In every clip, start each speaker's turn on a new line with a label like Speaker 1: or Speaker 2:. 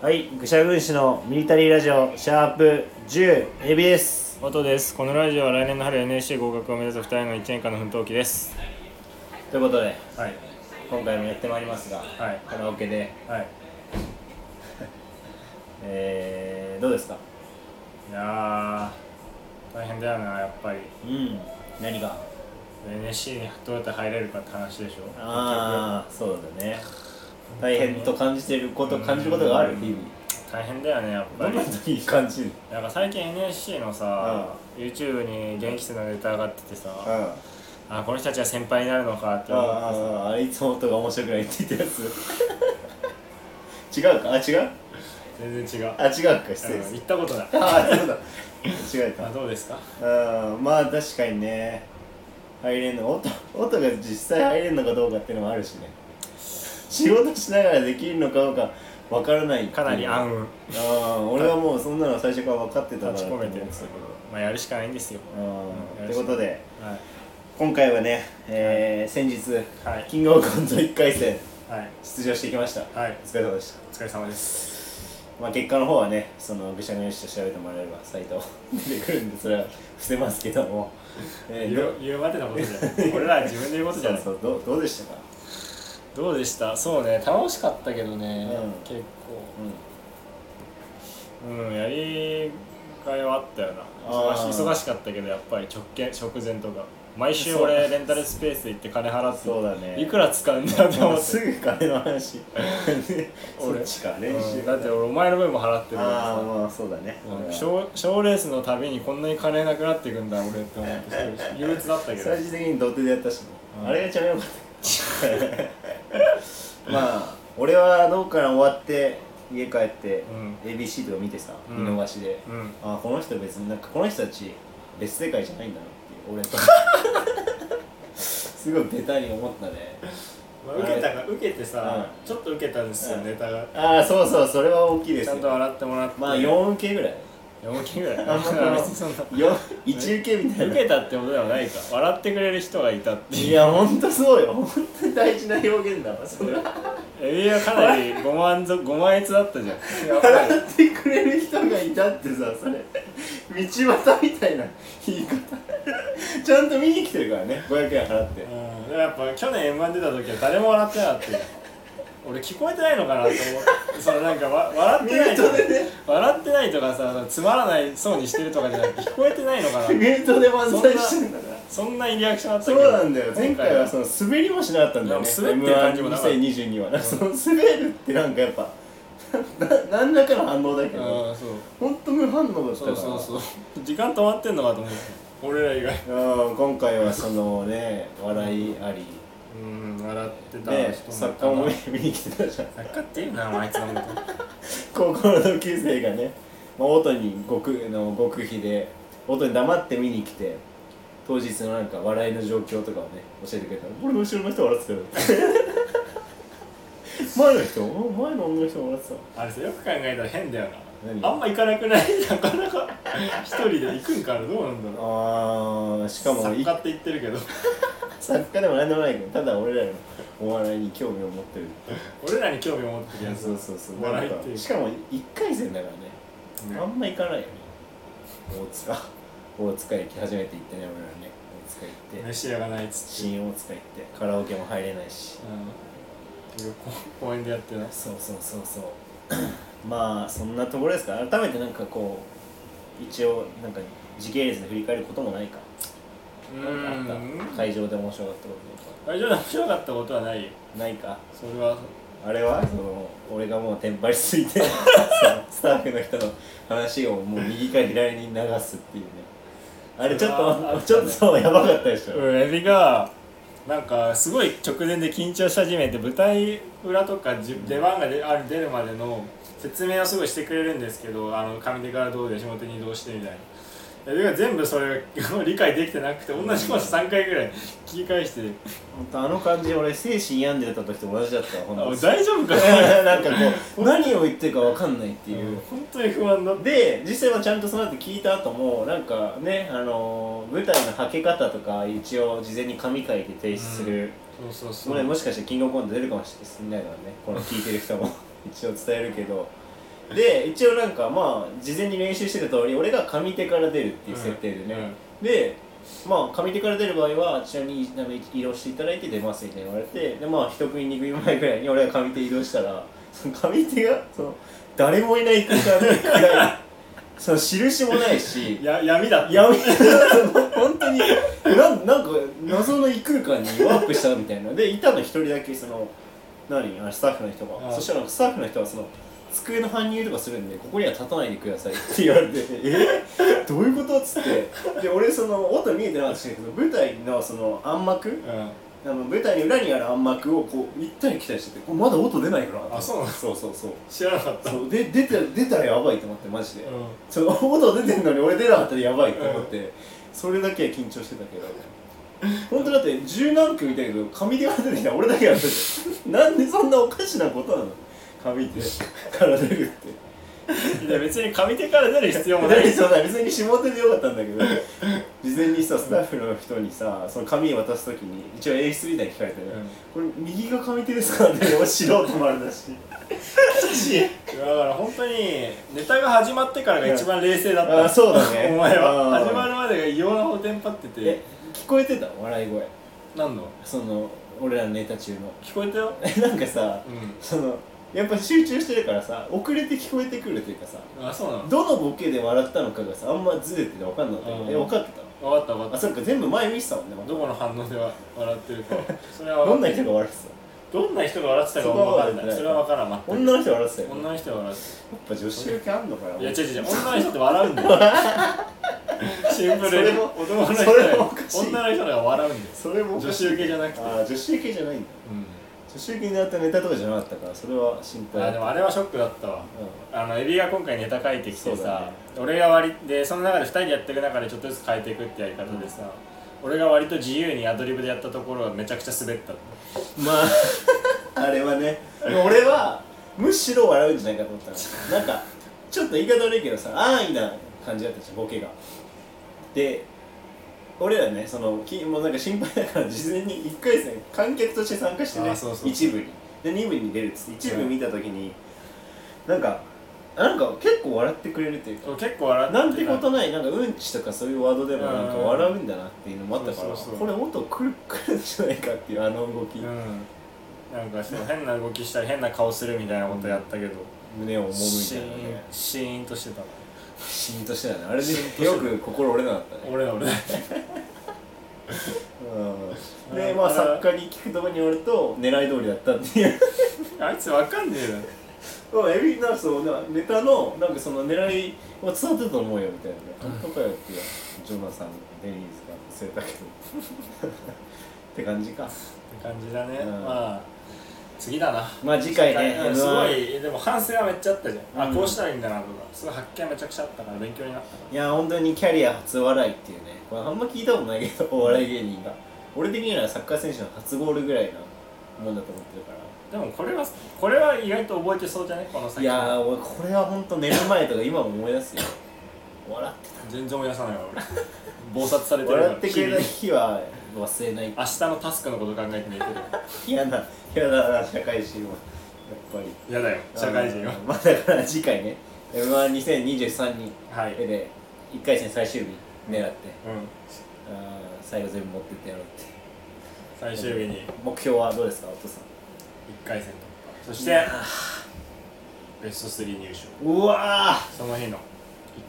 Speaker 1: はい、愚者軍師のミリタリーラジオシャープ10 AB です。
Speaker 2: 音ですこのラジオは来年の春 NSC 合格を目指す2人の1年間の奮闘記です
Speaker 1: ということで
Speaker 2: はい
Speaker 1: 今回もやってまいりますが、
Speaker 2: はい
Speaker 1: カラオケで、
Speaker 2: はい
Speaker 1: えー、どうですか
Speaker 2: いやー大変だよなやっぱり
Speaker 1: うん何が
Speaker 2: NSC にどうやって入れるかって話でしょ
Speaker 1: ああそうだね大変と感じてること感じることがある日々
Speaker 2: 結局大変だよねやっぱ
Speaker 1: どん
Speaker 2: り
Speaker 1: な時に感じる
Speaker 2: なんか最近 NSC のさ、YouTube に元気生のネタ上がっててさ、
Speaker 1: うんあ
Speaker 2: あこの人たちは先輩になるのかって思ってさ
Speaker 1: ああれいつも音が面白くないって言ったやつ違うかあ違う
Speaker 2: 全然違う
Speaker 1: あ違うか失礼
Speaker 2: うん
Speaker 1: です
Speaker 2: 行ったことない
Speaker 1: ああそうだ間違えた
Speaker 2: あどうですか
Speaker 1: うんまあ確かにね入れんの音 音が実際入れんのかどうかっていうのもあるしね仕事しながらできるのかどうかわからないっていう
Speaker 2: かなり暗雲
Speaker 1: うん俺はもうそんなの最初から分かってたから
Speaker 2: 立ち込めてる
Speaker 1: うん
Speaker 2: んですけどまあやるしかないんですよ
Speaker 1: ということで
Speaker 2: はい
Speaker 1: 今回はね、えー先日、
Speaker 2: はい
Speaker 1: キングオブコント1回戦
Speaker 2: はい
Speaker 1: 出場してきましたお
Speaker 2: はい
Speaker 1: 疲れ様でした、
Speaker 2: お疲れ様です
Speaker 1: まあ、結果の方はねそのぐしゃぐしゃと調べてもらえればサイト出てくるんでそれは伏せますけども、えー
Speaker 2: 言う言うまでのことじゃない俺ら自分で言うことじゃない
Speaker 1: そうそうどうどうでしたか
Speaker 2: どうでしたそうね楽しかったけどね、
Speaker 1: うん
Speaker 2: 結
Speaker 1: うん
Speaker 2: 構うんやりがいはあったよな
Speaker 1: あー
Speaker 2: 忙し忙しかったけどやっぱり直見直前とか毎週俺
Speaker 1: そう
Speaker 2: レンタルスペース行って金払って
Speaker 1: そうだね
Speaker 2: いくら使うんだよって思
Speaker 1: も
Speaker 2: っ
Speaker 1: う
Speaker 2: て
Speaker 1: すぐ金の話そ
Speaker 2: 俺
Speaker 1: っちか練習
Speaker 2: うんだって俺お前の分も払ってるから
Speaker 1: ああ
Speaker 2: さ
Speaker 1: まあそうだね
Speaker 2: うん賞賞レースのたびにこんなに金なくなっていくんだ俺って思ってすごい憂鬱だったけど
Speaker 1: 最終的に土手でやったしね
Speaker 2: うん
Speaker 1: あれが一番良 かったまあ俺はどうから終わって家帰って
Speaker 2: うん
Speaker 1: ABC とか見てさ
Speaker 2: うん
Speaker 1: 見逃しで
Speaker 2: うん
Speaker 1: あこの人別になんかこの人たち別世界じゃないんだなっていう俺と すごいベタに思ったね
Speaker 2: まあ、受けたが受けてさ、
Speaker 1: う
Speaker 2: ちょっと受けたんですよ、
Speaker 1: うん
Speaker 2: ネタが
Speaker 1: ああそうそうそれは大きいです
Speaker 2: ちゃ
Speaker 1: よ
Speaker 2: んと笑ってもらって
Speaker 1: まあ4受けぐらい
Speaker 2: 4期ぐらい
Speaker 1: あんまこの
Speaker 2: 別にそんな
Speaker 1: よ一受けみたいな
Speaker 2: 受けたってことではないか笑ってくれる人がいた って
Speaker 1: い
Speaker 2: いう
Speaker 1: やほんとそうよほんとに大事な表現だわそれは
Speaker 2: エビはかなりご満足ご満悦だったじゃんやっぱ
Speaker 1: 笑ってくれる人がいたってさそれ道端みたいな言い方ちゃんと見に来てるからね500円払って
Speaker 2: うん、でもやっぱ去年 m 1出た時は誰も笑ってなかったよ俺聞こえてないのかなと思ってそのなんかわ笑ってないとか
Speaker 1: ミュートでね
Speaker 2: 笑ってないとかさつまらないそうにしてるとかじゃなくて聞こえてないのかな
Speaker 1: ミュートで漫才してるんだから
Speaker 2: そんなリアクションあったけど
Speaker 1: そうなんだよ前回はその滑りもしなかったんだよね
Speaker 2: いや滑ってる感じもなかった
Speaker 1: M1 2022は、その滑るってなんかやっぱな何らかの反応だけど
Speaker 2: うんそう
Speaker 1: ほんと無反応だった
Speaker 2: そ
Speaker 1: から
Speaker 2: うそうそう時間止まってんのかと思って俺ら以外
Speaker 1: うん今回はそのね笑いあり
Speaker 2: うん笑ってた
Speaker 1: ね
Speaker 2: 作
Speaker 1: 作
Speaker 2: 家
Speaker 1: 家も
Speaker 2: も
Speaker 1: 見に来てたじゃん
Speaker 2: 作家っていうなあいつのこと
Speaker 1: 高校の同級生がね、まあ、音に極の極秘で音に黙って見に来て当日のなんか笑いの状況とかをね教えてくれた俺の後ろの人笑ってたよ 前の人お前の女の人も笑ってたわ
Speaker 2: あれさよく考えたら変だよ
Speaker 1: 何
Speaker 2: なあんま行かなくない なかなか一人で行くんからどうなんだろう
Speaker 1: あーしかも
Speaker 2: 作
Speaker 1: い
Speaker 2: 家って言ってるけど
Speaker 1: 作家でも何でもないけどただ俺らのお笑いに興味を持ってる
Speaker 2: 俺らに興味を持ってるやつ
Speaker 1: そうそうそうな
Speaker 2: 笑
Speaker 1: ん
Speaker 2: い
Speaker 1: か
Speaker 2: っていう
Speaker 1: しかも1回戦だからね
Speaker 2: ね
Speaker 1: あんま行かないよね大塚大塚駅初めて行ってね俺らね大塚行って、
Speaker 2: 飯屋がないっつって
Speaker 1: 新大塚行ってカラオケも入れないし
Speaker 2: うん公園でやってな
Speaker 1: そうそうそうそう まあそんなところですか改めてなんかこう一応なんか時系列で振り返ることもないか
Speaker 2: う
Speaker 1: なんかあ
Speaker 2: ん
Speaker 1: った会場で面白かったことと
Speaker 2: 大丈夫面白かったことはないよ
Speaker 1: かないか
Speaker 2: それは
Speaker 1: あれはその俺がもうテンパりす ぎてそのスタッフの人の話をもう右か左に流すっていうねあれちょっ
Speaker 2: ああ
Speaker 1: と
Speaker 2: ったね
Speaker 1: ちょっとそうやばかったでしょ、
Speaker 2: うん、エビがなんかすごい直前で緊張し始めて舞台裏とかじ出番がである出るまでの説明をすごいしてくれるんですけどあの上手からどうで下手に移動してみたいなエビが全部それを理解できてなくて同じこと3回ぐらい聞き返して
Speaker 1: ほんとあの感じ俺精神病んでた時と同じだったわ
Speaker 2: 「あ
Speaker 1: ほんと
Speaker 2: 大丈夫か な?
Speaker 1: なんかこう何を言ってるかわかんないって」い
Speaker 2: うん
Speaker 1: う、
Speaker 2: 本当に不安だって
Speaker 1: で実際はちゃんとその後聞いた後もなんかねあのー舞台のはけ方とか一応事前に紙書いて提出する、
Speaker 2: そうそう
Speaker 1: こ
Speaker 2: そ
Speaker 1: れ
Speaker 2: う
Speaker 1: もしかしてキングオブコント出るかもしれないからねこの聞いてる人も一応伝えるけどで一応なんかまあ事前に練習してた通り俺が上手から出るっていう設定でね、
Speaker 2: うんうん
Speaker 1: でまあ上手から出る場合はあちらに移移動していただいて出ますみたいに言われてでまあ一組二組前ぐらいに俺が上手移動したらその上手がその誰もいない空間で暗いその印もないし
Speaker 2: や闇だっ
Speaker 1: い
Speaker 2: た
Speaker 1: やみんなその本当になんなんか謎の異空間にワープしたみたいなでいたの一人だけその何あのスタッフの人
Speaker 2: あ
Speaker 1: が
Speaker 2: あ
Speaker 1: そしたらスタッフの人はその机の搬入とかするんでここには立たないでくださいって言われてえどういうことっつってで俺その音見えてなかったしけど舞台のその暗幕あの舞台の裏にある暗幕をこう行ったり来たりしててこれまだ音出ないから
Speaker 2: あそうなの
Speaker 1: そうそうそう
Speaker 2: 知らなかった
Speaker 1: そうで出た出たらやばいと思ってマジで、
Speaker 2: うん
Speaker 1: その音出てんのに俺出なかったらやばいと思って、それだけは緊張してたけど本当だって十何組いたけど上手が出てきたら俺だけやっててなんでそんなおかしなことなの上手から出るって
Speaker 2: いや別に上手から出る必要もない
Speaker 1: 何そうだ別に下手でよかったんだけど事前にさスタッフの人にさその紙渡す時に一応演出みたいに聞かれてね、これ右が上手ですかって俺素人もあれだし
Speaker 2: だから本当にネタが始まってからが一番冷静だった、
Speaker 1: あそうだね
Speaker 2: お前は
Speaker 1: あー
Speaker 2: 始まるまでが異様なほどテンパってて
Speaker 1: え聞こえてた笑い声
Speaker 2: 何の
Speaker 1: その俺らのネタ中の
Speaker 2: 聞こえたよ、
Speaker 1: えなんかさ
Speaker 2: う
Speaker 1: そのやっぱ集中してるからさ遅れて聞こえてくるというかさ
Speaker 2: ん、あそうなの
Speaker 1: どのボケで笑ったのかがさあんまずれてて分かんなかったよ
Speaker 2: うん
Speaker 1: え分かって
Speaker 2: 分かった分
Speaker 1: た
Speaker 2: か
Speaker 1: あ
Speaker 2: っ
Speaker 1: そっか全部前見てたもんね
Speaker 2: たどこの反応では笑って るかそれは
Speaker 1: どんな人が笑って
Speaker 2: どんな人が笑ってたかも分かんないそ
Speaker 1: そ
Speaker 2: れ
Speaker 1: れ
Speaker 2: は
Speaker 1: は
Speaker 2: 分からん全
Speaker 1: た
Speaker 2: く
Speaker 1: 女の人が笑ってたよね
Speaker 2: 女の人が笑って
Speaker 1: やっぱ女子受けあんのかな
Speaker 2: たいや違う違う違う女の人って笑うんだ よシンプル
Speaker 1: それ
Speaker 2: に
Speaker 1: も
Speaker 2: 男の人
Speaker 1: それもおかしい
Speaker 2: 女の人が笑うんだよ
Speaker 1: それもお
Speaker 2: 女
Speaker 1: かし
Speaker 2: 子
Speaker 1: い
Speaker 2: 受けじゃなくて
Speaker 1: ああ女子受けじゃないんだ
Speaker 2: う
Speaker 1: 女子受けになったネタとかじゃなかったからそれは心
Speaker 2: ん
Speaker 1: 配
Speaker 2: あでもあれはショックだったわ
Speaker 1: う
Speaker 2: あのエビが今回ネタ書いてきて
Speaker 1: そうだ
Speaker 2: さ
Speaker 1: ね、
Speaker 2: 俺が割りでその中で2人でやっていく中でちょっとずつ変えていくってやり方でさ、俺が割と自由にアドリブでやったところがめちゃくちゃ滑った
Speaker 1: ん まああれはねでも俺はむしろ笑うんじゃないかと思ったのなんかちょっと言い方悪いけどさ安易な感じだったじゃんボケがで俺らねそのきもうなんか心配だから事前に1回戦観客として参加してね
Speaker 2: あそうそうそう
Speaker 1: 一部にで2部に出るっつって1部見た時に、なんかなんか結構笑ってくれるっていうか
Speaker 2: 俺結構笑ってた
Speaker 1: なんてことないなんかうんちとかそういうワードでもなんか
Speaker 2: うん
Speaker 1: 笑うんだなっていうのもあったから
Speaker 2: そうそうそう
Speaker 1: これもっとくる くるんじゃないかっていうあの動き、
Speaker 2: うんなんかその変な動きしたり変な顔するみたいなことやったけど、
Speaker 1: 胸を
Speaker 2: シ
Speaker 1: 揉むみたいな
Speaker 2: ーン
Speaker 1: ね
Speaker 2: シーンとしてた
Speaker 1: シーンとしてたねあれ
Speaker 2: シーンとして
Speaker 1: で
Speaker 2: た
Speaker 1: よく心折れなかったね
Speaker 2: 俺俺
Speaker 1: うんでまあ作家に聞くところによると狙い通りだったっていう
Speaker 2: あいつわかんねえな
Speaker 1: まあエビなんかそうなネタのなんかその狙いは伝わってたと思うよみたいなね本当かよっていうジョナサンデニーズが忘れたけ どって感じか
Speaker 2: って感じだね、
Speaker 1: うん
Speaker 2: まあ次だな
Speaker 1: まあ次回ね
Speaker 2: うん
Speaker 1: M1
Speaker 2: すごいでも反省はめっちゃあったじゃん、
Speaker 1: う
Speaker 2: あ
Speaker 1: ん
Speaker 2: こうしたらいいんだなとかすごい発見はめちゃくちゃあったから勉強になったから
Speaker 1: いや本当にキャリア初笑いっていうねこれあんま聞いたことないけどお笑い芸人が俺的にはサッカー選手の初ゴールぐらいなもんだと思ってるから
Speaker 2: でもこれはこれは意外と覚えてそうじゃねこの先
Speaker 1: いやー俺これは本当寝る前とか今も思い出すよ笑って
Speaker 2: 全然思い出さないわ俺暴殺されて
Speaker 1: た
Speaker 2: るから
Speaker 1: 笑ってくれた
Speaker 2: 日々
Speaker 1: 日は忘れない
Speaker 2: 明日のタスクのこと考えて寝てる
Speaker 1: 嫌な嫌だな社会人はやっぱり
Speaker 2: 嫌だよ社会人は
Speaker 1: あーまあだから次回ね m 1 2 0 2 3に
Speaker 2: はいうん
Speaker 1: で1回戦最終日狙って、あー最後全部持ってってやろうって
Speaker 2: 最終日に1
Speaker 1: 目標はどうですかお父さん
Speaker 2: 回戦突破そしてベスト3入賞
Speaker 1: うわ
Speaker 2: その日の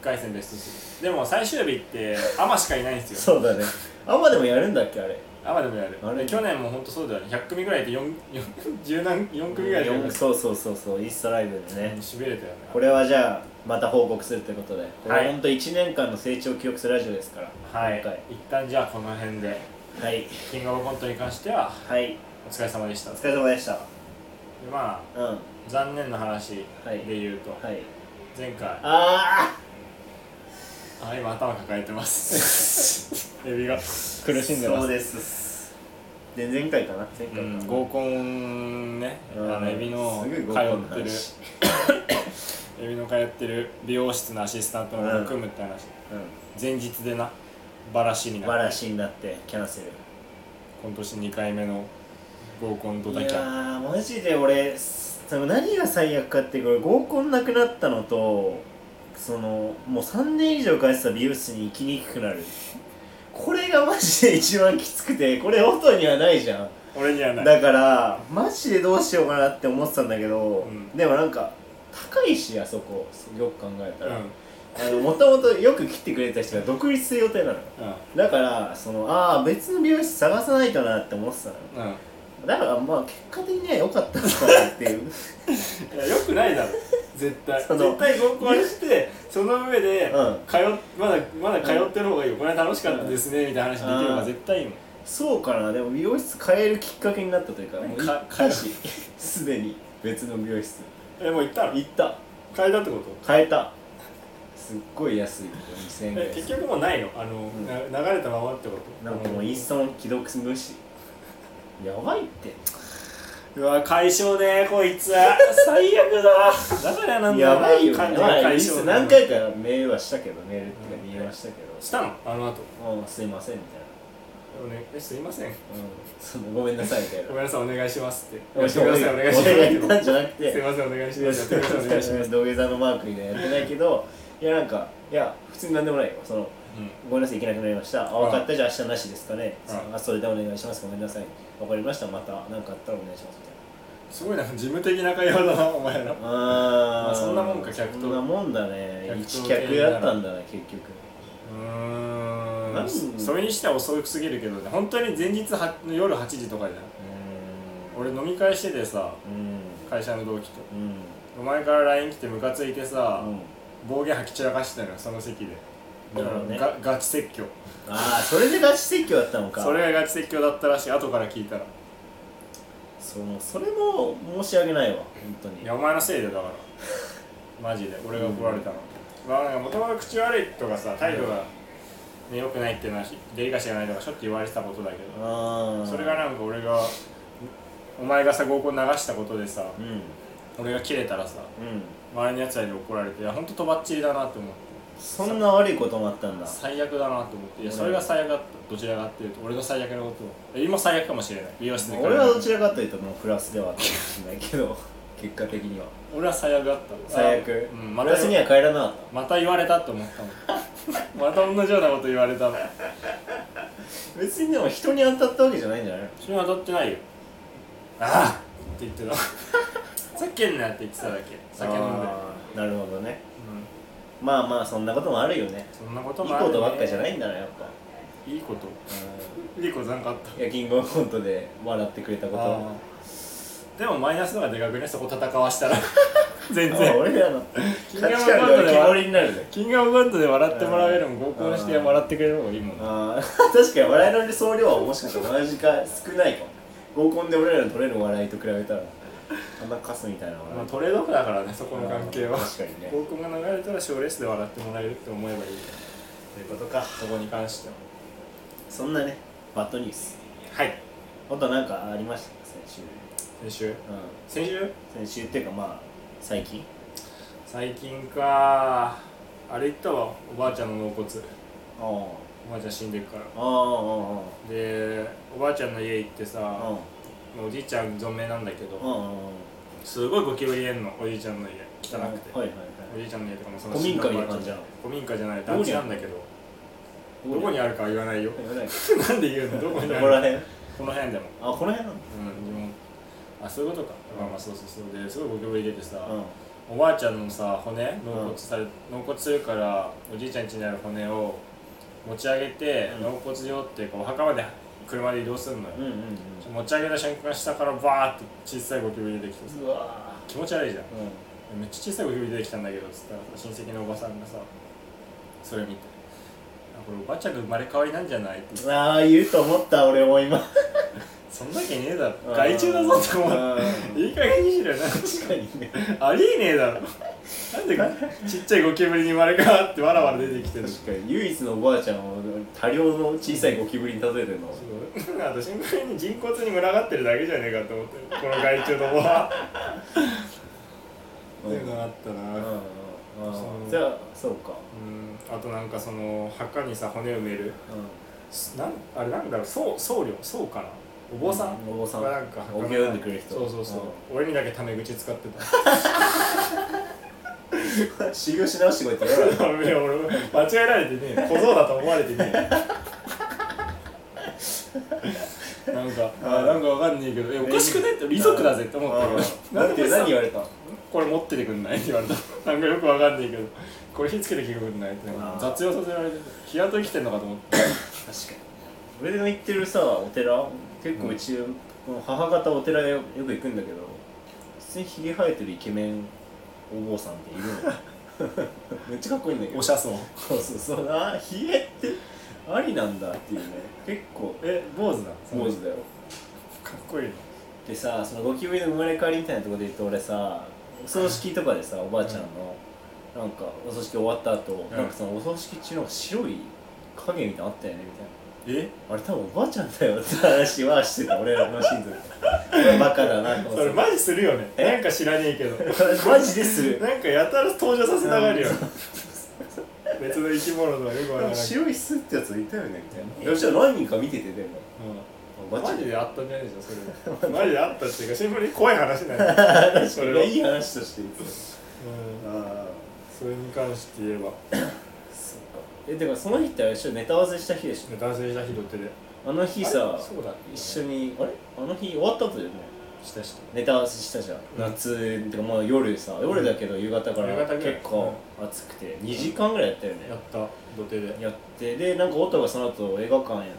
Speaker 2: 1回戦ベスト3でも最終日ってアマしかいないんです
Speaker 1: ー
Speaker 2: よ
Speaker 1: そうだねあんまでもやるんだっけあれ
Speaker 2: アマでもやる
Speaker 1: あれ
Speaker 2: で去年も本当そうだよね100組ぐらいで 4, 4, 何4組ぐらいで
Speaker 1: うんそうそうそうそうイーストライブでね、
Speaker 2: しびれたよね
Speaker 1: これはじゃあまた報告するということでこ
Speaker 2: はい
Speaker 1: れ本当1年間の成長を記録するラジオですから
Speaker 2: はい
Speaker 1: 今回
Speaker 2: 一旦じゃあこの辺で
Speaker 1: はい
Speaker 2: キングオブコントに関しては
Speaker 1: はい
Speaker 2: お疲れ様でした
Speaker 1: お
Speaker 2: で
Speaker 1: 疲れ様でした
Speaker 2: ま
Speaker 1: うんは
Speaker 2: あ残念な話で言うと、
Speaker 1: い
Speaker 2: 前回
Speaker 1: ああ
Speaker 2: あ今頭抱えてます エビが苦しんでま
Speaker 1: そう
Speaker 2: す
Speaker 1: ですで前回かな前回か
Speaker 2: う
Speaker 1: な、
Speaker 2: ん合コンねあ
Speaker 1: うん
Speaker 2: のエビの
Speaker 1: す
Speaker 2: 通
Speaker 1: ごい合コンの
Speaker 2: ってる
Speaker 1: 話
Speaker 2: エビの通ってる美容室のアシスタントの組むって話、
Speaker 1: う
Speaker 2: 前日でなバラシに
Speaker 1: ん
Speaker 2: な
Speaker 1: バ
Speaker 2: る
Speaker 1: ラシになってキャンセル
Speaker 2: 今年2回目の合コンド
Speaker 1: い
Speaker 2: タキ
Speaker 1: や
Speaker 2: ャン
Speaker 1: ーマジで俺すその何が最悪かってこれ合コンなくなったのとそのもう3年以上通ってた美容室に行きにくくなるこれがマジで一番きつくてこれ音にはないじゃん
Speaker 2: 俺にはない
Speaker 1: だからマジでどうしようかなって思ってたんだけど、
Speaker 2: うん
Speaker 1: でもなんか高いしあそこよく考えた
Speaker 2: うん
Speaker 1: ら、あのもともとよく切ってくれた人が独立する予定なのだからそのああ別の美容室探さないとなって思ってたの
Speaker 2: うんうん
Speaker 1: だからまあ結果的には良かったのかなっていう
Speaker 2: いやよくな いだろ絶対
Speaker 1: その
Speaker 2: 絶対合コンしてその上で、
Speaker 1: うん
Speaker 2: 通っまだまだ通ってる方がいいよ、これは楽しかったですね、みたいな話できる方が絶対いいもん
Speaker 1: そうかなでも美容室変えるきっかけになったというかもう行
Speaker 2: か
Speaker 1: ったしすでに別の美容室
Speaker 2: えもう行ったの
Speaker 1: 行った
Speaker 2: 変えたってこと
Speaker 1: 変えたすっごい安い2000円ぐら
Speaker 2: え
Speaker 1: い
Speaker 2: 結局もうないのあの、
Speaker 1: ん
Speaker 2: な流れたままってこと
Speaker 1: なんかもうインスタの既読無視やばいって
Speaker 2: うわ解消ねこいつ最悪だだからなんだよ
Speaker 1: やばいよ
Speaker 2: 完
Speaker 1: ね
Speaker 2: 全に
Speaker 1: まあ
Speaker 2: 解
Speaker 1: インス
Speaker 2: 消
Speaker 1: タ何回かメールはしたけどメールっていうか
Speaker 2: うん
Speaker 1: DM はしたけど
Speaker 2: したのあの後
Speaker 1: 「うんすいません」みたいな
Speaker 2: おねえすいません
Speaker 1: 「うんそのごめんなさい」みたいな
Speaker 2: ごめんなさいお願いしますって
Speaker 1: お
Speaker 2: やってくださいお願いします
Speaker 1: 願いしたんじゃなく
Speaker 2: すい
Speaker 1: て
Speaker 2: ませんお願いしますやってくださいお願いします
Speaker 1: 土下座のマークみたいなのやってないけどいやなんかいや普通になんでもないよそのごめんなさい行けなくなりましたあ分かったじゃあ明日なしですかね
Speaker 2: うん
Speaker 1: あそれでお願いしますごめんなさい分かりましたまた何かあったらお願いしますみたいな
Speaker 2: すごいな事務的な会話だなお前ら
Speaker 1: あ
Speaker 2: ま
Speaker 1: ー
Speaker 2: あそんなもんか客と
Speaker 1: そんなもんだね
Speaker 2: 客と
Speaker 1: 一客だったんだね結局
Speaker 2: う
Speaker 1: なん
Speaker 2: ーんそれにしては遅すぎるけどね本当に前日は夜8時とかじゃ
Speaker 1: う
Speaker 2: ん俺飲み会しててさ
Speaker 1: ーんうん
Speaker 2: 会社の同期と
Speaker 1: うん
Speaker 2: お前から LINE 来てムカついてさ、
Speaker 1: うん
Speaker 2: 暴言吐き散らかしてたのよその席でだ
Speaker 1: な
Speaker 2: か
Speaker 1: る
Speaker 2: ら
Speaker 1: ほどね
Speaker 2: ガガチ説教
Speaker 1: ああそれでガチ説教だったのか
Speaker 2: それがガチ説教だったらしい後から聞いたらい
Speaker 1: そのそれも申し訳ないわ本当に
Speaker 2: やお前のせいだよだからマジで俺が怒られたの、まあなんかもともと口悪いとかさ態度が、ね、良くないっていうのはデリカシーがないとかしょっちゅう言われてたことだけど
Speaker 1: ああ
Speaker 2: それがなんか俺がお前がさ合コン流したことでさ
Speaker 1: うん
Speaker 2: 俺が切れたらさ
Speaker 1: うん
Speaker 2: 周りのやつらに怒られていやほんととばっちりだなって思って
Speaker 1: そんな悪いこともあったんだ
Speaker 2: 最悪だなと思っていやそれが最悪だったどちらかっていうと俺の最悪のことを今最悪かもしれない美容室で
Speaker 1: 俺はどちらかというともうプラスではあったかもしれないけど結果的には
Speaker 2: 俺は最悪だった
Speaker 1: 最悪
Speaker 2: うん、ま
Speaker 1: プ
Speaker 2: た
Speaker 1: ラスには帰らなかっ
Speaker 2: また言われたって思ったもんまた同じようなこと言われたの
Speaker 1: た別にでも人に当たったわけじゃないんじゃない
Speaker 2: それは当たってないよああって言ってたふざけんなよって言ってただけ酒飲んで
Speaker 1: あーなるほどね
Speaker 2: うん
Speaker 1: まあまあそんなこともあるよね
Speaker 2: そんなこと
Speaker 1: いい
Speaker 2: もある、
Speaker 1: ことばっかじゃないいんだなやっぱ、
Speaker 2: いいこといいことなんかあった
Speaker 1: いやキングオブコントで笑ってくれたこと
Speaker 2: あーでもマイナスのがでかくねそこ戦わ したら全
Speaker 1: あ
Speaker 2: 然
Speaker 1: 俺らの
Speaker 2: キング
Speaker 1: 価
Speaker 2: オ
Speaker 1: 値
Speaker 2: ブコント
Speaker 1: 観が浮
Speaker 2: で
Speaker 1: き彫
Speaker 2: 笑
Speaker 1: りになるね
Speaker 2: キングオブコントで笑ってもらえるもん合コンして
Speaker 1: うん
Speaker 2: 笑ってくれる方がいいもんな
Speaker 1: あー 確かに笑いの総量はもしかしたら同じか少ないかも合コンで俺らの取れる笑いと比べたらあんなカスみたいな
Speaker 2: まあ
Speaker 1: 笑い
Speaker 2: トレードオフだからねそこの関係は
Speaker 1: あー確かにね
Speaker 2: 合コンが流れたら賞レースで笑ってもらえるって思えばいい
Speaker 1: ということか
Speaker 2: そこに関しては
Speaker 1: そんなねバッドニュース
Speaker 2: はい
Speaker 1: あとなんかありましたか先週
Speaker 2: 先週
Speaker 1: う
Speaker 2: 先週
Speaker 1: ん先週っていうかまあ最近
Speaker 2: 最近かあれ行ったわおばあちゃんの納骨
Speaker 1: あー
Speaker 2: おばあちゃん死んでるから
Speaker 1: あーあ
Speaker 2: でおばあちゃんの家行って
Speaker 1: ああ
Speaker 2: さおじいちゃん存命なんだけ
Speaker 1: うんう
Speaker 2: ど
Speaker 1: んうんうん
Speaker 2: すごいゴキブリ園のおじいちゃんの家汚くて
Speaker 1: はいはいは
Speaker 2: おじいちゃんの家とかもその
Speaker 1: 古民家みたいな感じなの
Speaker 2: 古民家じゃない団地なんだけど
Speaker 1: い
Speaker 2: どこにあるかは言 わないよなんで言うのどこに
Speaker 1: ど
Speaker 2: あ
Speaker 1: こ
Speaker 2: る
Speaker 1: ら
Speaker 2: の
Speaker 1: 辺あ
Speaker 2: この辺でも
Speaker 1: この辺なの
Speaker 2: うんでもあそういうことか、まあまあそうそうそうですごいゴキブリ出てさ、
Speaker 1: うん
Speaker 2: おばあちゃんのさ骨納骨され、納骨するからおじいちゃん家にある骨を持ち上げて、
Speaker 1: うん
Speaker 2: 納骨場っていうかお墓まで車で移動するのよ、
Speaker 1: うんうん
Speaker 2: 持ち上げた瞬間下からバーって小さいゴキブリ出てきてさ
Speaker 1: うんうわ
Speaker 2: 気持ち悪いじゃ
Speaker 1: ー
Speaker 2: ん
Speaker 1: うん
Speaker 2: めっちゃ小さいゴキブリ出てきたんだけどっつったら親戚のおばさんがさそれ見て「あこれおばあちゃんの生まれ変わりなんじゃない?」って言って
Speaker 1: ああ言うと思った俺も今
Speaker 2: そんなわけねえだろ害虫だぞ」って思っ
Speaker 1: う
Speaker 2: ていい加減にしろよなん
Speaker 1: 確かにね
Speaker 2: ありえねえだろなんでちっちゃいゴキブリに生まれ変わってわらわら出てきてるの
Speaker 1: 確かに唯一のおばあちゃんを多量の小さいゴキブリに例えてるの
Speaker 2: そうあとシンプルに人骨に群がってるだけじゃねえかと思ってこの害虫どもはっていうのがあったな
Speaker 1: うんうんうん
Speaker 2: そう
Speaker 1: じゃあそうか
Speaker 2: うんあとなんかその墓にさ骨埋める
Speaker 1: う
Speaker 2: なんあれなんだろう僧僧侶僧かなお坊さん
Speaker 1: うんお坊さん
Speaker 2: がなんか
Speaker 1: お経読んでくれる人
Speaker 2: そうそうそう、俺にだけタメ口使ってた
Speaker 1: 修行し直してこいって言われた
Speaker 2: ダメよ俺間違えられてねえ小僧だと思われてねえ なんかあなんかわかんねえけどえおかしくねって利息だぜって思ったけど
Speaker 1: なんて何言われた
Speaker 2: これ持っててくんないって言われたなんかよくわかんないけどこれ火つけてきてくんないってなんか
Speaker 1: あー
Speaker 2: 雑用させられて日雇い来てんのかと思って
Speaker 1: 確かに俺の行ってるさお寺結構うち、この母方お寺よく行くんだけど普通にひげ生えてるイケメンお坊さんっているの めっちゃかっこいいんだけど
Speaker 2: おしゃそう
Speaker 1: そうそうそうあひげってありなんだっていうね結構
Speaker 2: え坊主だ
Speaker 1: 文字だよ
Speaker 2: かっこいいの
Speaker 1: でさそのゴキブリの生まれ変わりみたいなところで言うと俺さお葬式とかでさおばあちゃんの、なんかお葬式終わった後、
Speaker 2: うん
Speaker 1: なんかそのお葬式中の白い影みたいなのあったよねみたいな
Speaker 2: え
Speaker 1: あれ多分おばあちゃんだよって話はしてた俺らの親 族これバカだなと
Speaker 2: そ
Speaker 1: 思っ
Speaker 2: れ
Speaker 1: て
Speaker 2: マジするよね
Speaker 1: え
Speaker 2: なんか知らねえけど
Speaker 1: マジでする
Speaker 2: なんかやたら登場させたがるよ別の生き物とかよくわからない
Speaker 1: 白いスってやついたよねみたいなじゃあ何人か見ててでもおばあちゃ
Speaker 2: マ
Speaker 1: ん
Speaker 2: ジであったんじゃないでしょ それマジであったっていうかシンプルに怖い話なんだよそれは、うん、
Speaker 1: いい話としていつああ
Speaker 2: それに関して言えば
Speaker 1: そっかえてかその日ってあれでしょネタ合わせした日でし
Speaker 2: 男性した日どってで
Speaker 1: ょあの日さ
Speaker 2: あれそうだっけ
Speaker 1: 一緒にあれあの日終わった後だよね
Speaker 2: したした
Speaker 1: ネタ合わせしたじゃん、夏ってかまあ夜さ夜だけど夕方から
Speaker 2: 夕方ぐらい
Speaker 1: 結構暑くて2時間ぐらいやったよね、
Speaker 2: やった土手で
Speaker 1: やってでなんか音がその後映画館へ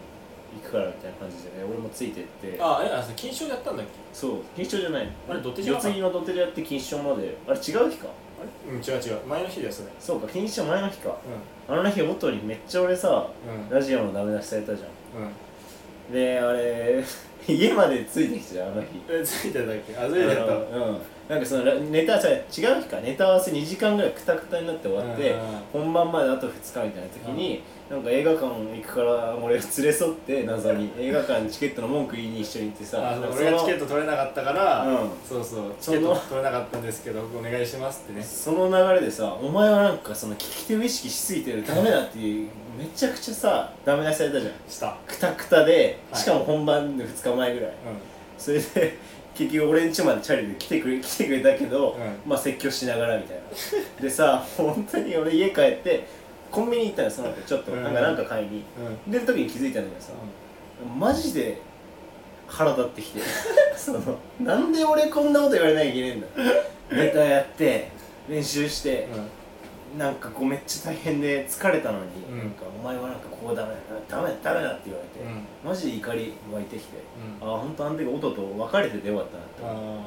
Speaker 1: 行くからみたいな感じでね俺もついてって
Speaker 2: あえあそれ金賞でやったんだっけ
Speaker 1: そう錦糸町じゃない
Speaker 2: あれ土手じゃな
Speaker 1: 四
Speaker 2: かった
Speaker 1: つ木の土手でやって錦糸町まであれ違う日か
Speaker 2: あれうん違う違う前の日だよそれ
Speaker 1: そうか錦糸町前の日か
Speaker 2: う
Speaker 1: あの日音にめっちゃ俺さ
Speaker 2: んうん
Speaker 1: ラジオのダメ出しされたじゃ
Speaker 2: うん
Speaker 1: んであれ 家までついてきてたじゃんあの日
Speaker 2: えついてたっけあついてた
Speaker 1: あのうんなんかそのラネタ違う違う日かネタ合わせ2時間ぐらいくたくたになって終わって
Speaker 2: うんうんうん
Speaker 1: 本番まであと2日みたいな時になんか映画館行くから俺を連れ添って謎に映画館チケットの文句言いに一緒に行ってさ
Speaker 2: あ
Speaker 1: なんか
Speaker 2: 俺が
Speaker 1: そ
Speaker 2: チ
Speaker 1: の
Speaker 2: ケット取れなかったから、
Speaker 1: うん
Speaker 2: そうそうチ
Speaker 1: そ
Speaker 2: ケ
Speaker 1: の
Speaker 2: ット取れなかったんですけどお願いしますってね
Speaker 1: その流れでさお前はなんかその聞き手を意識しすぎてるダメだっていうめちゃくちゃさダメ出しされたじゃん
Speaker 2: した
Speaker 1: くたくたで
Speaker 2: はい
Speaker 1: しかも本番の2日前ぐらい、それで結局俺ん家までチャリで来てくれ来てくれたけど、
Speaker 2: う
Speaker 1: まあ説教しながらみたいなでさ本当に俺家帰ってコンビニ行ったのその後ちょっと
Speaker 2: うん
Speaker 1: なんかなんか買いに
Speaker 2: うんうん
Speaker 1: 出る時に気づいたんだけどさ、マジで腹立ってき てそのなんで俺こんなこと言われなきゃいけねえんだネタやって練習して、なんかこうめっちゃ大変で疲れたのに、
Speaker 2: うん
Speaker 1: なんかお前はなんかこうダメだダメだダメだって言われて、
Speaker 2: うん
Speaker 1: マジで怒り湧いてきて、
Speaker 2: う
Speaker 1: ああ本当あの時音と別れててよかったなって
Speaker 2: あー
Speaker 1: うんき本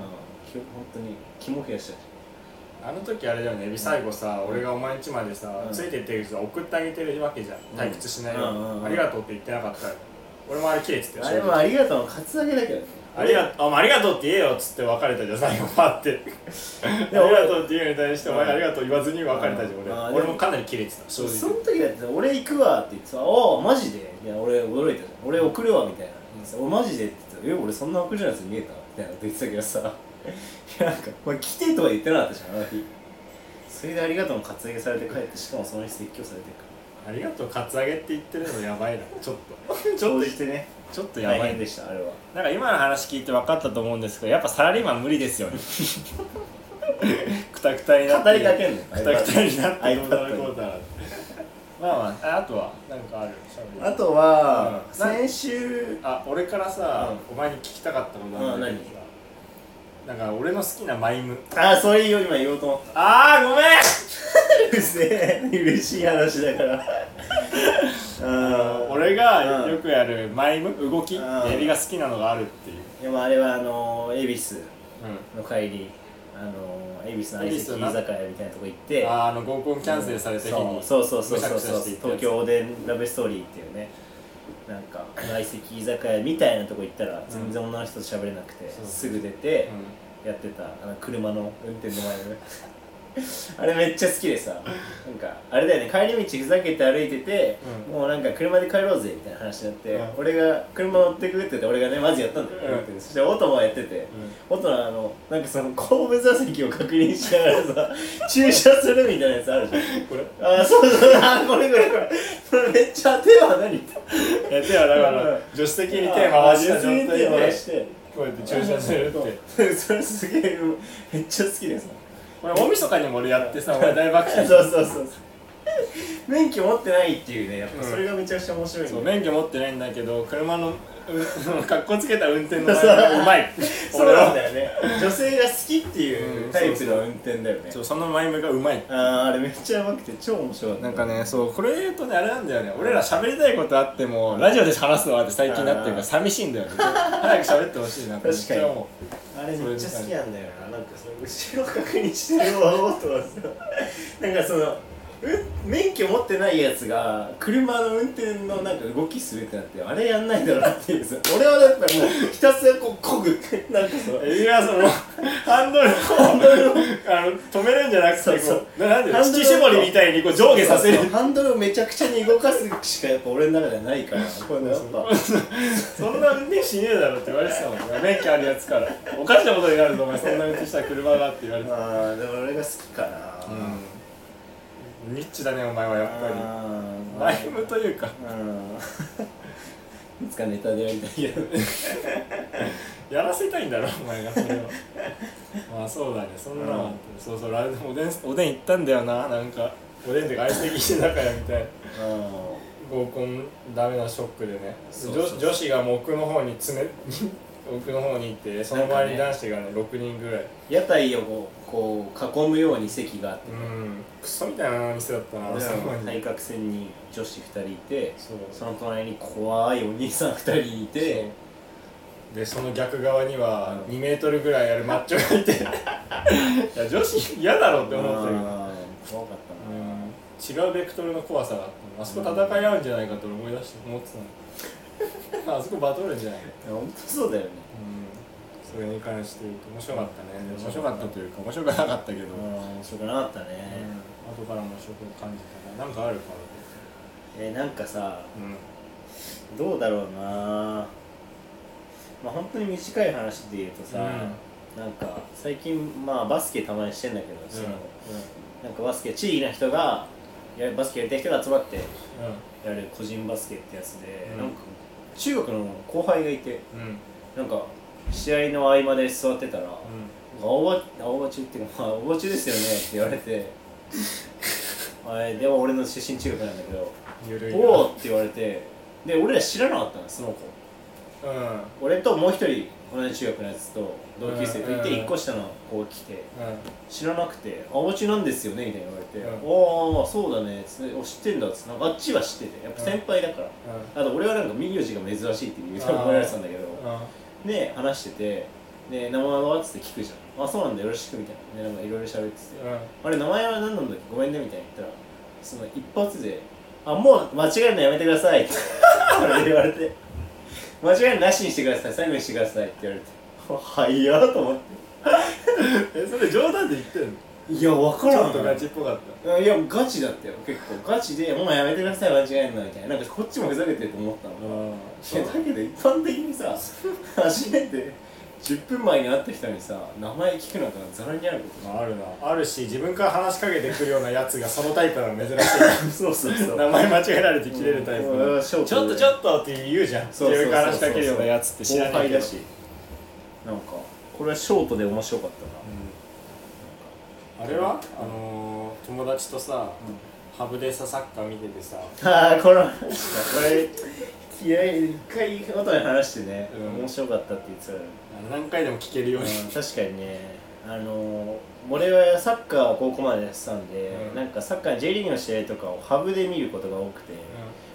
Speaker 1: 当に肝冷やしたし
Speaker 2: あの時あれだよねエビ最後さ、俺がお前ん家までさ、
Speaker 1: うん
Speaker 2: ついてってる人は送ってあげてるわけじゃん
Speaker 1: うん
Speaker 2: 退屈しないように、
Speaker 1: うんうんうん
Speaker 2: ありがとうって言ってなかったら俺もあれ綺麗っつってた
Speaker 1: あ
Speaker 2: よ
Speaker 1: れもありがとうのカツアゲだけどね
Speaker 2: ありがとう、あありがとうって言えよっつって別れたじゃん、最後、パって。あり
Speaker 1: でも
Speaker 2: がとうって言うのに対して、お前
Speaker 1: うん
Speaker 2: ありがとう言わずに別れたじゃん、俺。
Speaker 1: あー
Speaker 2: 俺もかなりキレてた、正
Speaker 1: そ
Speaker 2: 直。
Speaker 1: の時だって俺行くわって言ってさ「ああマジで?」いや俺驚いたじゃん俺送るわみたいな「俺マジで?」って言ってたら「え俺そんな送るじゃないですか見えた?」みたいなこと言ってたけどさ いやなんか「これ来て」とは言ってなかったじゃんあの日それでありがとうのカツアゲされて帰ってしかもその日説教されてるから
Speaker 2: ありがとう、カツアゲって言ってるのやばいな、ちょっ と。ちょっと、
Speaker 1: してね
Speaker 2: ちょっとや
Speaker 1: 大
Speaker 2: ばい
Speaker 1: 変でしたあれは
Speaker 2: なんか今の話聞いて分かったと思うんですけど、やっぱサラリーマン無理ですよね。くたくたになって。
Speaker 1: 語りかけんの
Speaker 2: くたくたになって、
Speaker 1: iPad
Speaker 2: ロードレコーダーまあまあ、ああとは、なんかある。
Speaker 1: あとは、
Speaker 2: うん
Speaker 1: 先週
Speaker 2: あ俺からさ、お前に聞きたかったことあるんだけどさ、なんか俺の好きなマイム
Speaker 1: あそれよ今言おうと思った
Speaker 2: あーごめん
Speaker 1: うるせえ嬉しい話だ からあー
Speaker 2: 俺が
Speaker 1: うん
Speaker 2: よくやるマイム動き
Speaker 1: うん
Speaker 2: エビが好きなのがあるっていう、
Speaker 1: でもあれはあの恵比寿の帰りあの恵比寿の相席居酒屋みたいなとこ行って
Speaker 2: あーあの合コンキャンセルされた日に、
Speaker 1: そうそうそうそうそう
Speaker 2: むしゃ
Speaker 1: そ
Speaker 2: くしゃ
Speaker 1: う
Speaker 2: していったやつ
Speaker 1: 東京おでんラブストーリーっていうねなんか相席居酒屋みたいなとこ行ったら全然女の人と喋れなくて、
Speaker 2: そう
Speaker 1: すぐ出て
Speaker 2: うん
Speaker 1: やってたあの車の運転の前でね あれめっちゃ好きでさなんかあれだよね帰り道ふざけて歩いてて、
Speaker 2: うん
Speaker 1: もうなんか車で帰ろうぜみたいな話になって、
Speaker 2: うん
Speaker 1: 俺が車乗ってくって言って俺がねマジやったんだよ、
Speaker 2: うん
Speaker 1: そして音もやってて、音のあのなんかその後部座席を確認しながらさ 駐車するみたいなやつあるじゃん
Speaker 2: これ
Speaker 1: あーそうそうあーこれこれこれそれめっちゃ手は何
Speaker 2: やってはだから
Speaker 1: うん
Speaker 2: 助手席に手回した状態で
Speaker 1: 手
Speaker 2: こ
Speaker 1: 回して
Speaker 2: うやって駐車するって
Speaker 1: て それすげえめっちゃ好きでさ
Speaker 2: これ大晦日にも俺やって さ俺大爆
Speaker 1: そう
Speaker 2: 笑
Speaker 1: そうそうそう免許持ってないっていうねやっぱそれがめちゃくちゃ面白いんだ
Speaker 2: そ
Speaker 1: よ
Speaker 2: う免許持ってないんだけど車のうん 格好つけた運転の前がうまい
Speaker 1: そうなん
Speaker 2: よ
Speaker 1: だよね女性が好きっていうタイプの運転だよね、
Speaker 2: そのマイムがうまい
Speaker 1: あああれめっちゃうまくて超面白かった
Speaker 2: なんかねそうこれ言うとねあれなんだよね俺ら喋りたいことあってもラジオで話すのはって最近なってるか
Speaker 1: あー
Speaker 2: ら寂しいんだよね早く喋ってほしいなってめっちゃ思う
Speaker 1: あれめっちゃ好きなんだよななんかその後ろ確認してるわおうとはさなんかそのう免許持ってないやつが車の運転のなんか動きするってなってあれやんないだろうなっていうさ俺はだったらもうひたすらこうこぐなんかその
Speaker 2: いやそのハンドルをあの止めるんじゃなくて
Speaker 1: そうそう
Speaker 2: こうななんで
Speaker 1: ハンドルを
Speaker 2: 乳絞りみたいにこう上下させる
Speaker 1: ハンドルをめちゃくちゃに動かすしかやっぱ俺の中ではないからこれねやっぱ
Speaker 2: そんな運転しねえだろって言われてたもんね免許あるやつからおかしなことになるぞお前そんな運転したら車がって言われてた
Speaker 1: まあでも俺が好きかな
Speaker 2: ニッチだねお前はやっぱり
Speaker 1: ぱ
Speaker 2: マイムというか
Speaker 1: うんいつかネタでやりたいけど
Speaker 2: やらせたいんだろお前がそれをまあそうだねそんなのあってそうそうラおでんおでん行ったんだよななんかおでんってか相席居酒屋みたいな
Speaker 1: うん
Speaker 2: 合コンダメなショックでね
Speaker 1: そうそうそう
Speaker 2: 女女子がもう奥の方に詰め 奥の方に行ってその周りに男子がね6人ぐらい
Speaker 1: 屋台をこうこう囲むように席があって
Speaker 2: うんクソみたいな店だったなあそこに
Speaker 1: 対角線に女子2人いて
Speaker 2: そう
Speaker 1: その隣に怖いお兄さん2人いて
Speaker 2: そうでその逆側には
Speaker 1: うん
Speaker 2: 2メートルぐらいあるマッチョ がいていや女子嫌だろって思って
Speaker 1: う
Speaker 2: る
Speaker 1: ん怖かったな
Speaker 2: うん違うベクトルの怖さがあったのあそこ戦い合うんじゃないかと俺思い出して思ってた のあそこバトルじゃないか
Speaker 1: 本当そうだよね
Speaker 2: うんそれに関して言うと面白かったね面白かったというか面白くなかったけど、
Speaker 1: う
Speaker 2: う
Speaker 1: ん
Speaker 2: ん
Speaker 1: 面白くなかったね
Speaker 2: 後から面白く感じたななんかあるか
Speaker 1: えーなんかさ
Speaker 2: ら、うん
Speaker 1: どうだろうなまあ本当に短い話で言うとさ、なんか最近まあバスケたまにしてんだけど、そのなんかバスケ地域の人がやバスケやりたい人が集まってやる個人バスケってやつで、
Speaker 2: うん
Speaker 1: なんか中国の後輩がいて
Speaker 2: うんうんうん
Speaker 1: なんか試合の合間で座ってたら「青葉青葉中っていうかまあ青葉中ですよね」って言われて 「あれでも俺の出身中国なんだけど
Speaker 2: ゆるいな
Speaker 1: おお!」って言われてで俺ら知らなかったのその子
Speaker 2: うんうん
Speaker 1: 俺ともう一人同じ中学のやつと同級生といて
Speaker 2: うん
Speaker 1: 1個下の子が来て知らなくて「青葉中なんですよね」みたいに言われて「ああそうだね」つってお知ってんだ」っつってなんかあっちは知っててやっぱ先輩だから。あと俺はなんか名字が珍しいっていう理由で
Speaker 2: あー
Speaker 1: 覚えられてたんだけど
Speaker 2: う
Speaker 1: で話してて「で名前は?」っつって聞くじゃん「あそうなんだよろしく」みたいなねなんかいろいろ喋ってて
Speaker 2: んう
Speaker 1: 「
Speaker 2: ん
Speaker 1: あれ名前は何なんだっけごめんね」みたいに言ったらその一発で「あもう間違えるのやめてください」って 言われて「間違えるのなしにしてください最後にしてください」って言われて「はいや」と思って
Speaker 2: えそれ冗談で言ってんの
Speaker 1: いや分か
Speaker 2: ち
Speaker 1: ら
Speaker 2: ょ
Speaker 1: ん
Speaker 2: っとガチっぽかった
Speaker 1: うんいやガチだったよ結構ガチで「もうやめてください間違えるの」みたいななんかこっちもふざけてると思ったのいやだけど一般的にさ初めて10分前に会った人にさ名前聞くのがざらにあるこ
Speaker 2: まああるなあるし自分から話しかけてくるようなやつがそのタイプなの珍しい
Speaker 1: と そうそうそ
Speaker 2: 名前間違えられて切れるタイプ、
Speaker 1: うんうんそう
Speaker 2: ちょっとちょっとって言うじゃん自
Speaker 1: そうそうそうそう
Speaker 2: 分から話しかけるようなやつって知ら
Speaker 1: 後
Speaker 2: な
Speaker 1: 輩
Speaker 2: いけど
Speaker 1: だしなんかこれはショートで面白かった
Speaker 2: うんあれはあのー友達とさ、ハブでさサッカー見ててさ
Speaker 1: な、ああーこの話
Speaker 2: これ
Speaker 1: 嫌い一回後に話してね、
Speaker 2: うん
Speaker 1: 面白かったって言ってたから
Speaker 2: 何回でも聞けるように
Speaker 1: うん確かにねあの俺はサッカーを高校までやってたんで、
Speaker 2: うん
Speaker 1: なんかサッカー J リーグの試合とかをハブで見ることが多くて、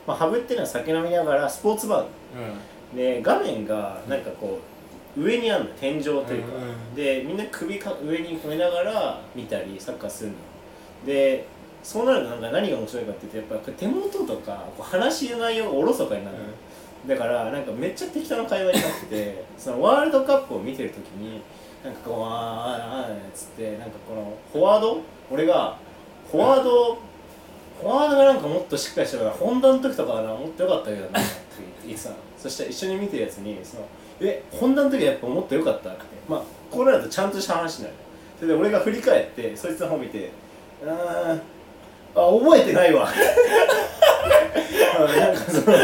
Speaker 1: まあ、ハブっていうのは酒飲みながらスポーツバ
Speaker 2: うんうん
Speaker 1: ーで画面がなんかこう上にあるの天井というか、
Speaker 2: うんうん
Speaker 1: でみんな首か上に込めながら見たりサッカーするのでそうなるとなんか何が面白いかっていうとやっぱこう手元とかこう話の内容がおろそかになる、だからなんかめっちゃ適当な会話になっててそのワールドカップを見てる時になんかこうあーあーあーっつってなんかこのフォワード俺がフォワードフォワードがなんかもっとしっかりしてたから本田の時とかはなもっと良かったけどなって言ってたのそしたら一緒に見てるやつにその「え本田の時はやっぱもっと良かった」ってまあこれだとちゃんとした話になるそれで俺が振り返ってそいつの方見て「うーんあ覚えてないわ」 なんかその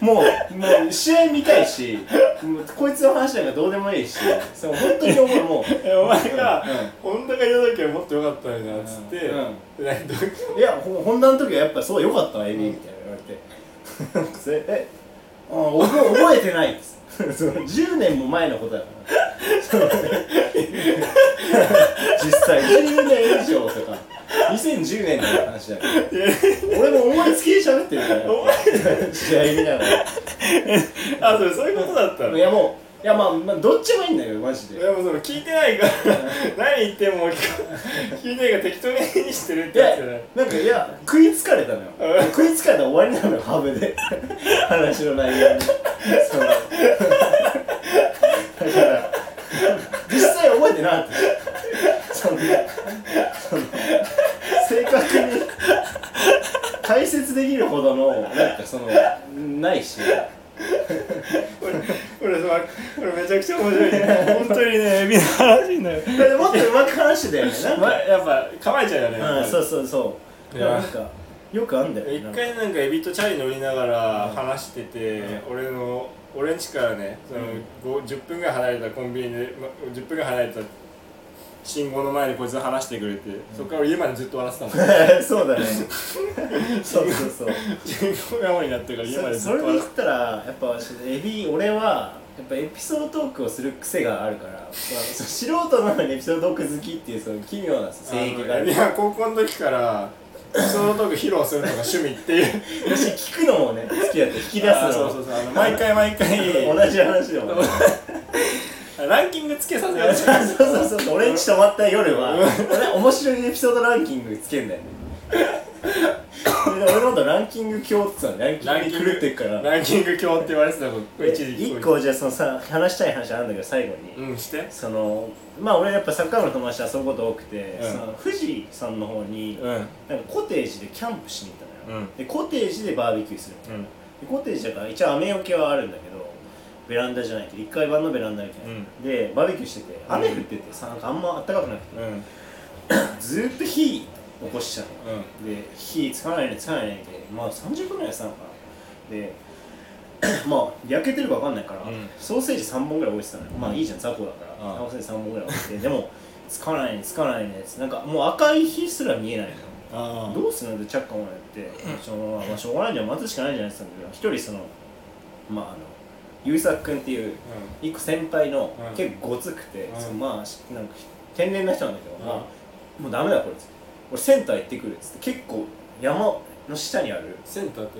Speaker 1: もうもう試合見たいしもうこいつの話なんかどうでもいいしその本当に思うもう
Speaker 2: えお前が
Speaker 1: うんうん
Speaker 2: 「本田がいた時はもっと良かったのにな」っつって
Speaker 1: うん
Speaker 2: 「でなんかどう
Speaker 1: いや、ほ本田の時はやっぱそう良かったわ、エビみたいな言われて。 それえ、あ覚え覚えてないです。 その10年も前のことだから。その 実際、10年以上とか、2010年の話だから。俺も思いつきで喋ってる か
Speaker 2: お前
Speaker 1: ら、試合見ながら。
Speaker 2: あそれそういうことだったの
Speaker 1: い
Speaker 2: いや
Speaker 1: や、もう、いや、まあ、まあ、どっちもいいんだよ、マジで。
Speaker 2: もうその聞いてないから何言っても聞か聞いてないから適当にしてるって
Speaker 1: い
Speaker 2: や
Speaker 1: や
Speaker 2: つじゃない、
Speaker 1: なんかいや、食いつかれたのよ
Speaker 2: うん。
Speaker 1: 食いつかれたら終わりなのよ、ハブで。話の内容に。そのだから、実際覚えてなかった。そんな、その、正確に解説できるほどの、なんかその、ないし。
Speaker 2: 俺俺さ俺めちゃくちゃ面白いね本当にねエビの話になる
Speaker 1: でもっとうまく話してたよね。なん
Speaker 2: ま
Speaker 1: か、
Speaker 2: やっぱ構えちゃうよねやっぱ
Speaker 1: うん、
Speaker 2: り
Speaker 1: そうそうそう。
Speaker 2: い
Speaker 1: い
Speaker 2: や
Speaker 1: や、なんか、よくあんだよ。
Speaker 2: 一
Speaker 1: なんか
Speaker 2: 回なんかエビとチャリ乗りながら
Speaker 1: うん
Speaker 2: 話してて、俺の俺ん家からねその、ご10分ぐらい離れたコンビニで、ま、10分ぐらい離れた信号の前でこいつと話してくれて、そっから俺家までずっと笑って たもん
Speaker 1: そうだね。そうそうそう。
Speaker 2: 信号が青になってから家まで
Speaker 1: そそ
Speaker 2: ずっと
Speaker 1: れで
Speaker 2: 笑っ
Speaker 1: 言ったらやっぱ私エビ俺はやっぱエピソードトークをする癖があるから、まあ、そう素人なのにエピソードトーク好きっていうその奇妙な
Speaker 2: てた
Speaker 1: 性癖があ
Speaker 2: あの
Speaker 1: る
Speaker 2: いや高校の時からそのトーク披露するのが趣味っていう
Speaker 1: 私聞くのもね好きだって 引き出す
Speaker 2: あーそ
Speaker 1: の
Speaker 2: うそう
Speaker 1: も
Speaker 2: そうあの毎回毎回
Speaker 1: 同じ話でもね
Speaker 2: ランキングつけさせよ
Speaker 1: そううそうそうそう俺んち泊まった夜は 俺面白いエピソードランキングつけんだよねそれで俺のことランキング強って言ってたのランキングに狂ってっから
Speaker 2: ランキング強って言われてたもん一時期
Speaker 1: 1個じゃあそのさ話したい話あるんだけど最後に、
Speaker 2: うんして
Speaker 1: そのまあ俺やっぱサッカー部の友達と遊ぶこと多くて、
Speaker 2: うん
Speaker 1: その富士山の方に、
Speaker 2: うん
Speaker 1: なんかコテージでキャンプしに行ったのよ、
Speaker 2: うん
Speaker 1: でコテージでバーベキューするみたいな
Speaker 2: うん
Speaker 1: でコテージだから一応雨よけはあるんだけどベランダじゃないけど1階版のベランダみたいな、
Speaker 2: うん
Speaker 1: でバーベキューしてて雨降っててさなんかあんま暖かくなくて
Speaker 2: うん
Speaker 1: ずーっと火起こしちゃうの
Speaker 2: うん
Speaker 1: で火つかないねつかないねでまあ30分ぐらいしたのかなで まあ焼けてるか分かんないから、
Speaker 2: うん
Speaker 1: ソーセージ3本ぐらい置いてたのよ、まあいいじゃん雑魚だから、
Speaker 2: うん
Speaker 1: ソーセージ3本ぐらい置いてでもつかないねつかないねつなんかもう赤い火すら見えないのよ
Speaker 2: あ
Speaker 1: どうするんだってチャッカもやって、そのまあ、しょうがないじゃん待つしかないじゃないですか一人そのまああのゆうさくんっていう一個先輩の、
Speaker 2: うん
Speaker 1: 結構ごつくて、
Speaker 2: うん
Speaker 1: そのまあしなんか天然な人なんだけど、
Speaker 2: うん
Speaker 1: まあもうダメだこれっつって俺センター行ってくるっつって結構山の下にある
Speaker 2: センターって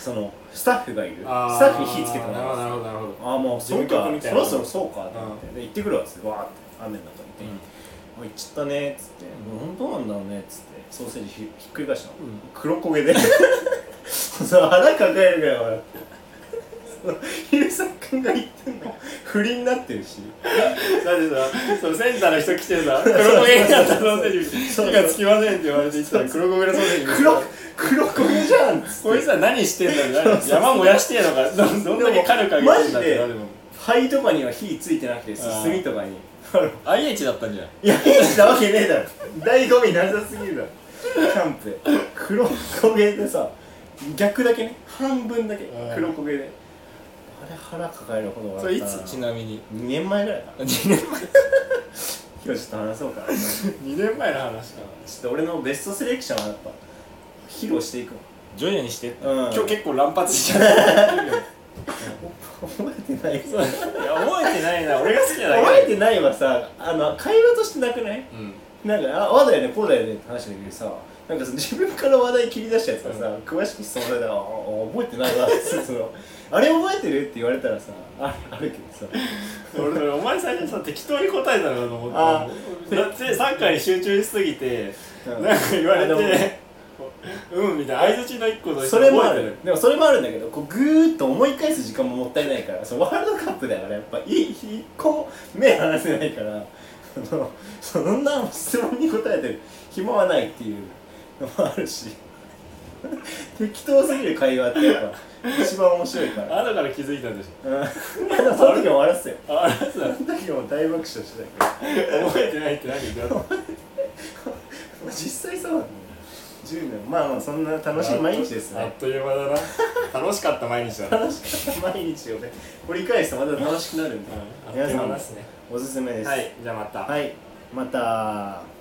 Speaker 1: そのスタッフがいるスタ
Speaker 2: あー
Speaker 1: ッフに火つけても
Speaker 2: なる
Speaker 1: ら
Speaker 2: ほ
Speaker 1: う
Speaker 2: どなるほどなるほど
Speaker 1: ああもうそう
Speaker 2: 事務
Speaker 1: か
Speaker 2: 局みたい
Speaker 1: そ
Speaker 2: な
Speaker 1: ろそろそうかと思って、で行ってくるわっつってわーって雨の中行って、あ行っちゃったねっつって「もう本当なんだろうね」っつってソーセージひひっくり返したの、
Speaker 2: うん
Speaker 1: 黒焦げで その腹抱えるぐらい笑ってそのゆうさくんが言ってんの不倫になってるし
Speaker 2: だってさそのセンターの人来てさ黒焦げになったソーセージ
Speaker 1: そう
Speaker 2: 火がつきませんって言われて行ったら黒焦げのソーセージ
Speaker 1: 黒黒焦げじゃんっつって
Speaker 2: こいつは何してんだよ山燃やしてんのかどどんだけ火力上げてんだってなるもん
Speaker 1: 灰とかには火ついてなくてす
Speaker 2: あー
Speaker 1: 炭とかにあの
Speaker 2: IH だったんじゃん
Speaker 1: いや火したわけねえだろ醍醐味なさすぎるだろキャンプで黒焦げでさ逆だけね半分だけ
Speaker 2: うん
Speaker 1: 黒焦げであれ腹抱えるほど
Speaker 2: そ
Speaker 1: 笑
Speaker 2: れ
Speaker 1: っ
Speaker 2: い
Speaker 1: たな
Speaker 2: つちなみに
Speaker 1: 2年前ぐらいかな
Speaker 2: 2年前
Speaker 1: 今日ちょっと話そうかなちょ
Speaker 2: 2年前の話か
Speaker 1: っと俺のベストセレクションはやっぱ披露していくわ
Speaker 2: 徐々にしてって
Speaker 1: うん
Speaker 2: 今日結構乱発し ちゃった
Speaker 1: 覚えてない
Speaker 2: そういや覚えてないな俺が好きなだけ
Speaker 1: 覚えてないはさあの会話としてなくない
Speaker 2: うん
Speaker 1: なんか、あ、ああだよね、こうだよねって話だけどさ、なんかその自分から話題切り出したやつがさ、詳しく質問されたら、ああ覚えてないわって、その、あれ覚えてるって言われたらさ、ああるけどさ、
Speaker 2: 俺お前最初さ適当に答えたのかと思った
Speaker 1: あ
Speaker 2: だってサッカーに集中しすぎて
Speaker 1: う
Speaker 2: なん
Speaker 1: ん
Speaker 2: か言われ
Speaker 1: あでも
Speaker 2: てうんみたいな相槌の一個の
Speaker 1: それもあ
Speaker 2: 覚えて
Speaker 1: るでもそれもあるんだけどこうぐーっと思い返す時間ももったいないからそうワールドカップだからやっぱい一個も目離せないからあのそんな質問に答えてる暇はないっていうのもあるし適当すぎる会話ってやっぱ一番面白いから
Speaker 2: 後から気づいたんでし
Speaker 1: うんその時も笑ってたよ
Speaker 2: ょああれさ
Speaker 1: その時も大爆笑してたから
Speaker 2: 覚えてないって何だって
Speaker 1: 実際そうなんだよ10年まあまあそんな楽しい毎日です
Speaker 2: あっ
Speaker 1: ね
Speaker 2: という間だな楽しかった毎日だな、うん
Speaker 1: 楽しかった毎日をね掘り返すとまた楽しくなるんで
Speaker 2: あっという間ですね
Speaker 1: おすすめです
Speaker 2: はいじゃあまた
Speaker 1: はいまた